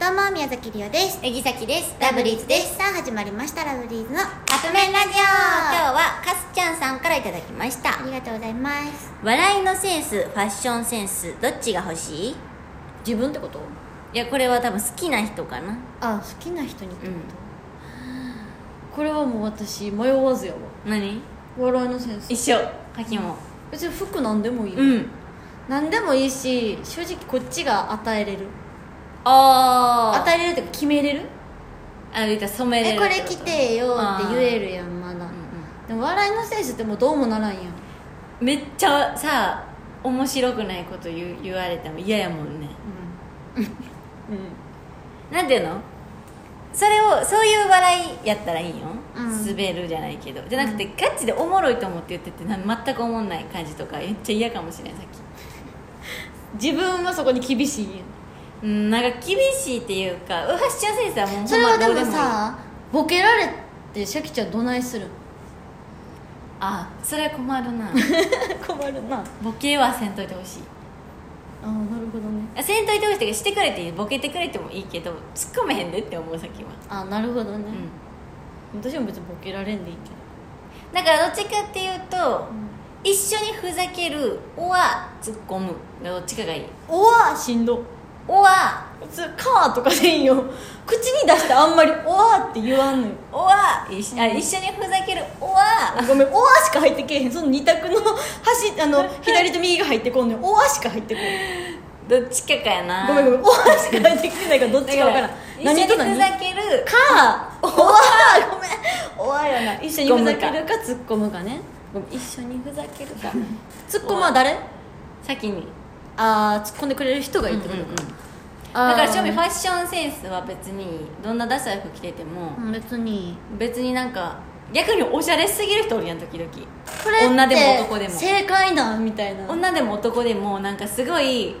どうも宮崎りおですえぎさきですラブリーズですすさあ始まりましたラブリーズのあカップ麺ラジオ今日はかすちゃんさんからいただきましたりがとうございます笑いのセンスファッションセンスどっちが欲しい自分ってこといやこれは多分好きな人かなあ好きな人にってここれはもう私迷わずやわ何笑いのセンス一緒かきも別に服なんでもいい、うんなんでもいいし正直こっちが与えれるあー与えれるっていうか決めれるあ言ったら染めれえるこれ着てよって言えるやんまだ、うんうでも笑いのセンスってもうどうもならんやんんめっちゃさ面白くないこと言う言われても嫌やもんねうなんていうのそれをそういう笑いやったらいいよ、うん滑るじゃないけどじゃなくて、ガチでおもろいと思って言っててな全くおもんない感じとかめっちゃ嫌かもしれないさっん自分はそこに厳しいんやんきうんなんか厳しいっていうかうわしちゃん先生はもうそれはでほんまどうもいいさボケられてシャキちゃんどないするんあそれは困るな 困るなボケはせんといてほしいああなるほどねあせんといてほしいっていうかしてくれていいボケてくれてもいいけど突っ込めへんでって思うさっきはああなるほどねう、ん私も別にボケられんでいいけどだからどっちかっていうと、一緒にふざけるおは突っ込むどっちかがいいおわしんどおは普通「カー」とかせんよ 口に出してあんまり「おわ」って言わんのよおわ一緒あ一緒にふざけるおわごめん「おわ」しか入ってけえへんその二択の端あ の左と右が入ってこんのよ「おわ」しか入ってこんどっちかかやなごめんごめん「おわ」しか入ってきてないからどっだちかかわかららん一緒何にとふ何ざけるか「おわ」ごめん「おわ」やな一緒にふざけるか突っ込むかねごめん一緒にふざけるか突っ込むは誰先にあー突っ込んでくれる人がいいってことか、うんうんうんだあーから正味ファッションセンスは別にどんなダサい服着てても、と別に別になんか逆におしゃれすぎる人おるやん時々これって女でも男でも正解なんみたいな女でも男でもなんかすごい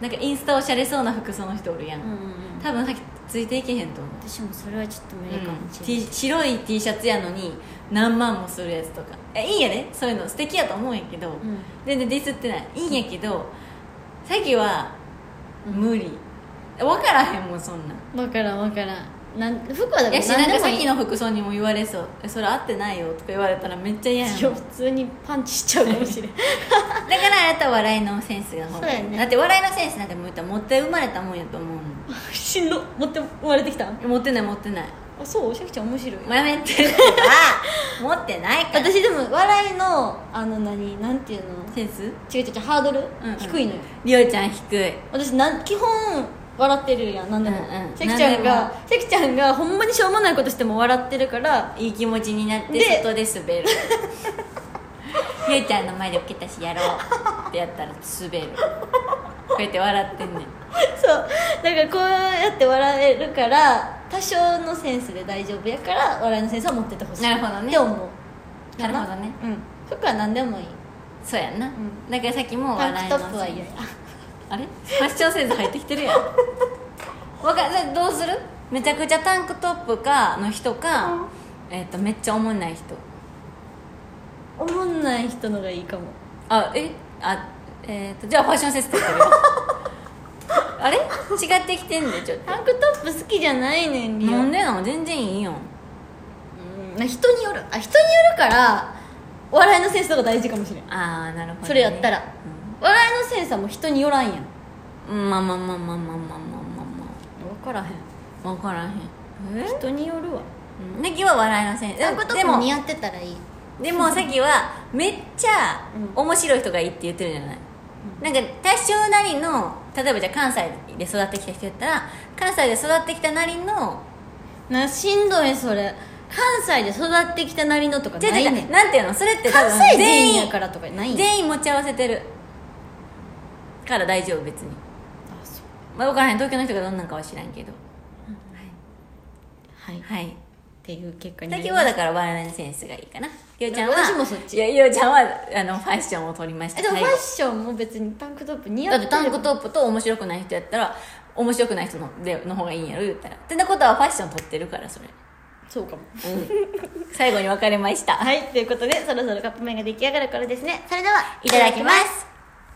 なんかインスタおしゃれそうな服装の人おるやん、うんうんうん多分さっきついていけへんと思う私もそれはちょっと無理かもしれない、 T 白い T シャツやのに何万もするやつとかえいいんやねそういうの素敵やと思うんやけど、ん全然ディスってないいいんやけどさっきは無理、分からへんもんそんなんわからんわからんなん服はだかやらしなんかもさっいきいの服装にも言われそうえそれ合ってないよとか言われたらめっちゃ 嫌やんいや普通にパンチしちゃうかもし れんだからあなたは笑いのセンスがほそうやねだって笑いのセンスなんてもう言ったら持って生まれたもんやと思うもんし んど持って生まれてきたん持ってない持ってないあそうシャキちゃん面白いもうやめてあ 持ってないから私でも笑いのあの何なんていうのセンス違う違う違うハードル、うんうん低いのよりおちゃん低い私なん基本笑ってるやん何でも、うんうんシャキちゃん何がシャキちゃんがほんまにしょうもないことしても笑ってる からいい気持ちになってで外で滑るゆうちゃんの前で受けたしやろうってやったら滑るこうやって笑ってんねんそうだからこうやって笑えるから多少のセンスで大丈夫やから笑いのセンスは持っててほしいなるほどねって思うなるほどねうん服は何でもいいそうやんな、んだからさっきもタンク笑いトのップは嫌やあれファッションセンス入ってきてるやんわかじゃあどうするめちゃくちゃタンクトップかの人か、えっとめっちゃおもんない人おもんない人のがいいかもあえあえっとじゃあファッションセンスって言ってるよあれ違ってきてんでちょっとタンクトップ好きじゃないねんリオなんでなの全然いいようん人によるあ人によるからお笑いのセンスとか大事かもしれんああなるほど、ね、それやったら笑いのセンスはもう人によらんやんうんまあまあまあまあまあまあまあま分からへんあまあ分からへんえ人によるわネギは笑いのセンスタンクトでップも似合ってたらいいでもさっきはめっちゃ面白い人がいいって言ってるじゃない、なんか多少なりの例えばじゃあ関西で育ってきた人やったら関西で育ってきたなりのなしんどいそれ関西で育ってきたなりのとか違うない違ねうんなんていうのそれって多関分西全全員員やからとかないんや全員持ち合わせてるから大丈夫別にあそうまあ分からへん東京の人がどんなんかは知らんけどはいっはいていう結果にな最り近まはすだから笑いのセンスがいいかなゆうちゃんは私もそっちいやゆうちゃんはあのファッションを取りましたえでも最フ後ァッションも別にタンクトップ似合だっっててるタンクトップと面白くない人やったら面白くない人のでの方がいいんやろ言ったらってなことはファッション取ってるからそれ、そうかも うん、最後に分かれましたはいということでそろそろカップ麺が出来上がる頃ですねそれではいただきます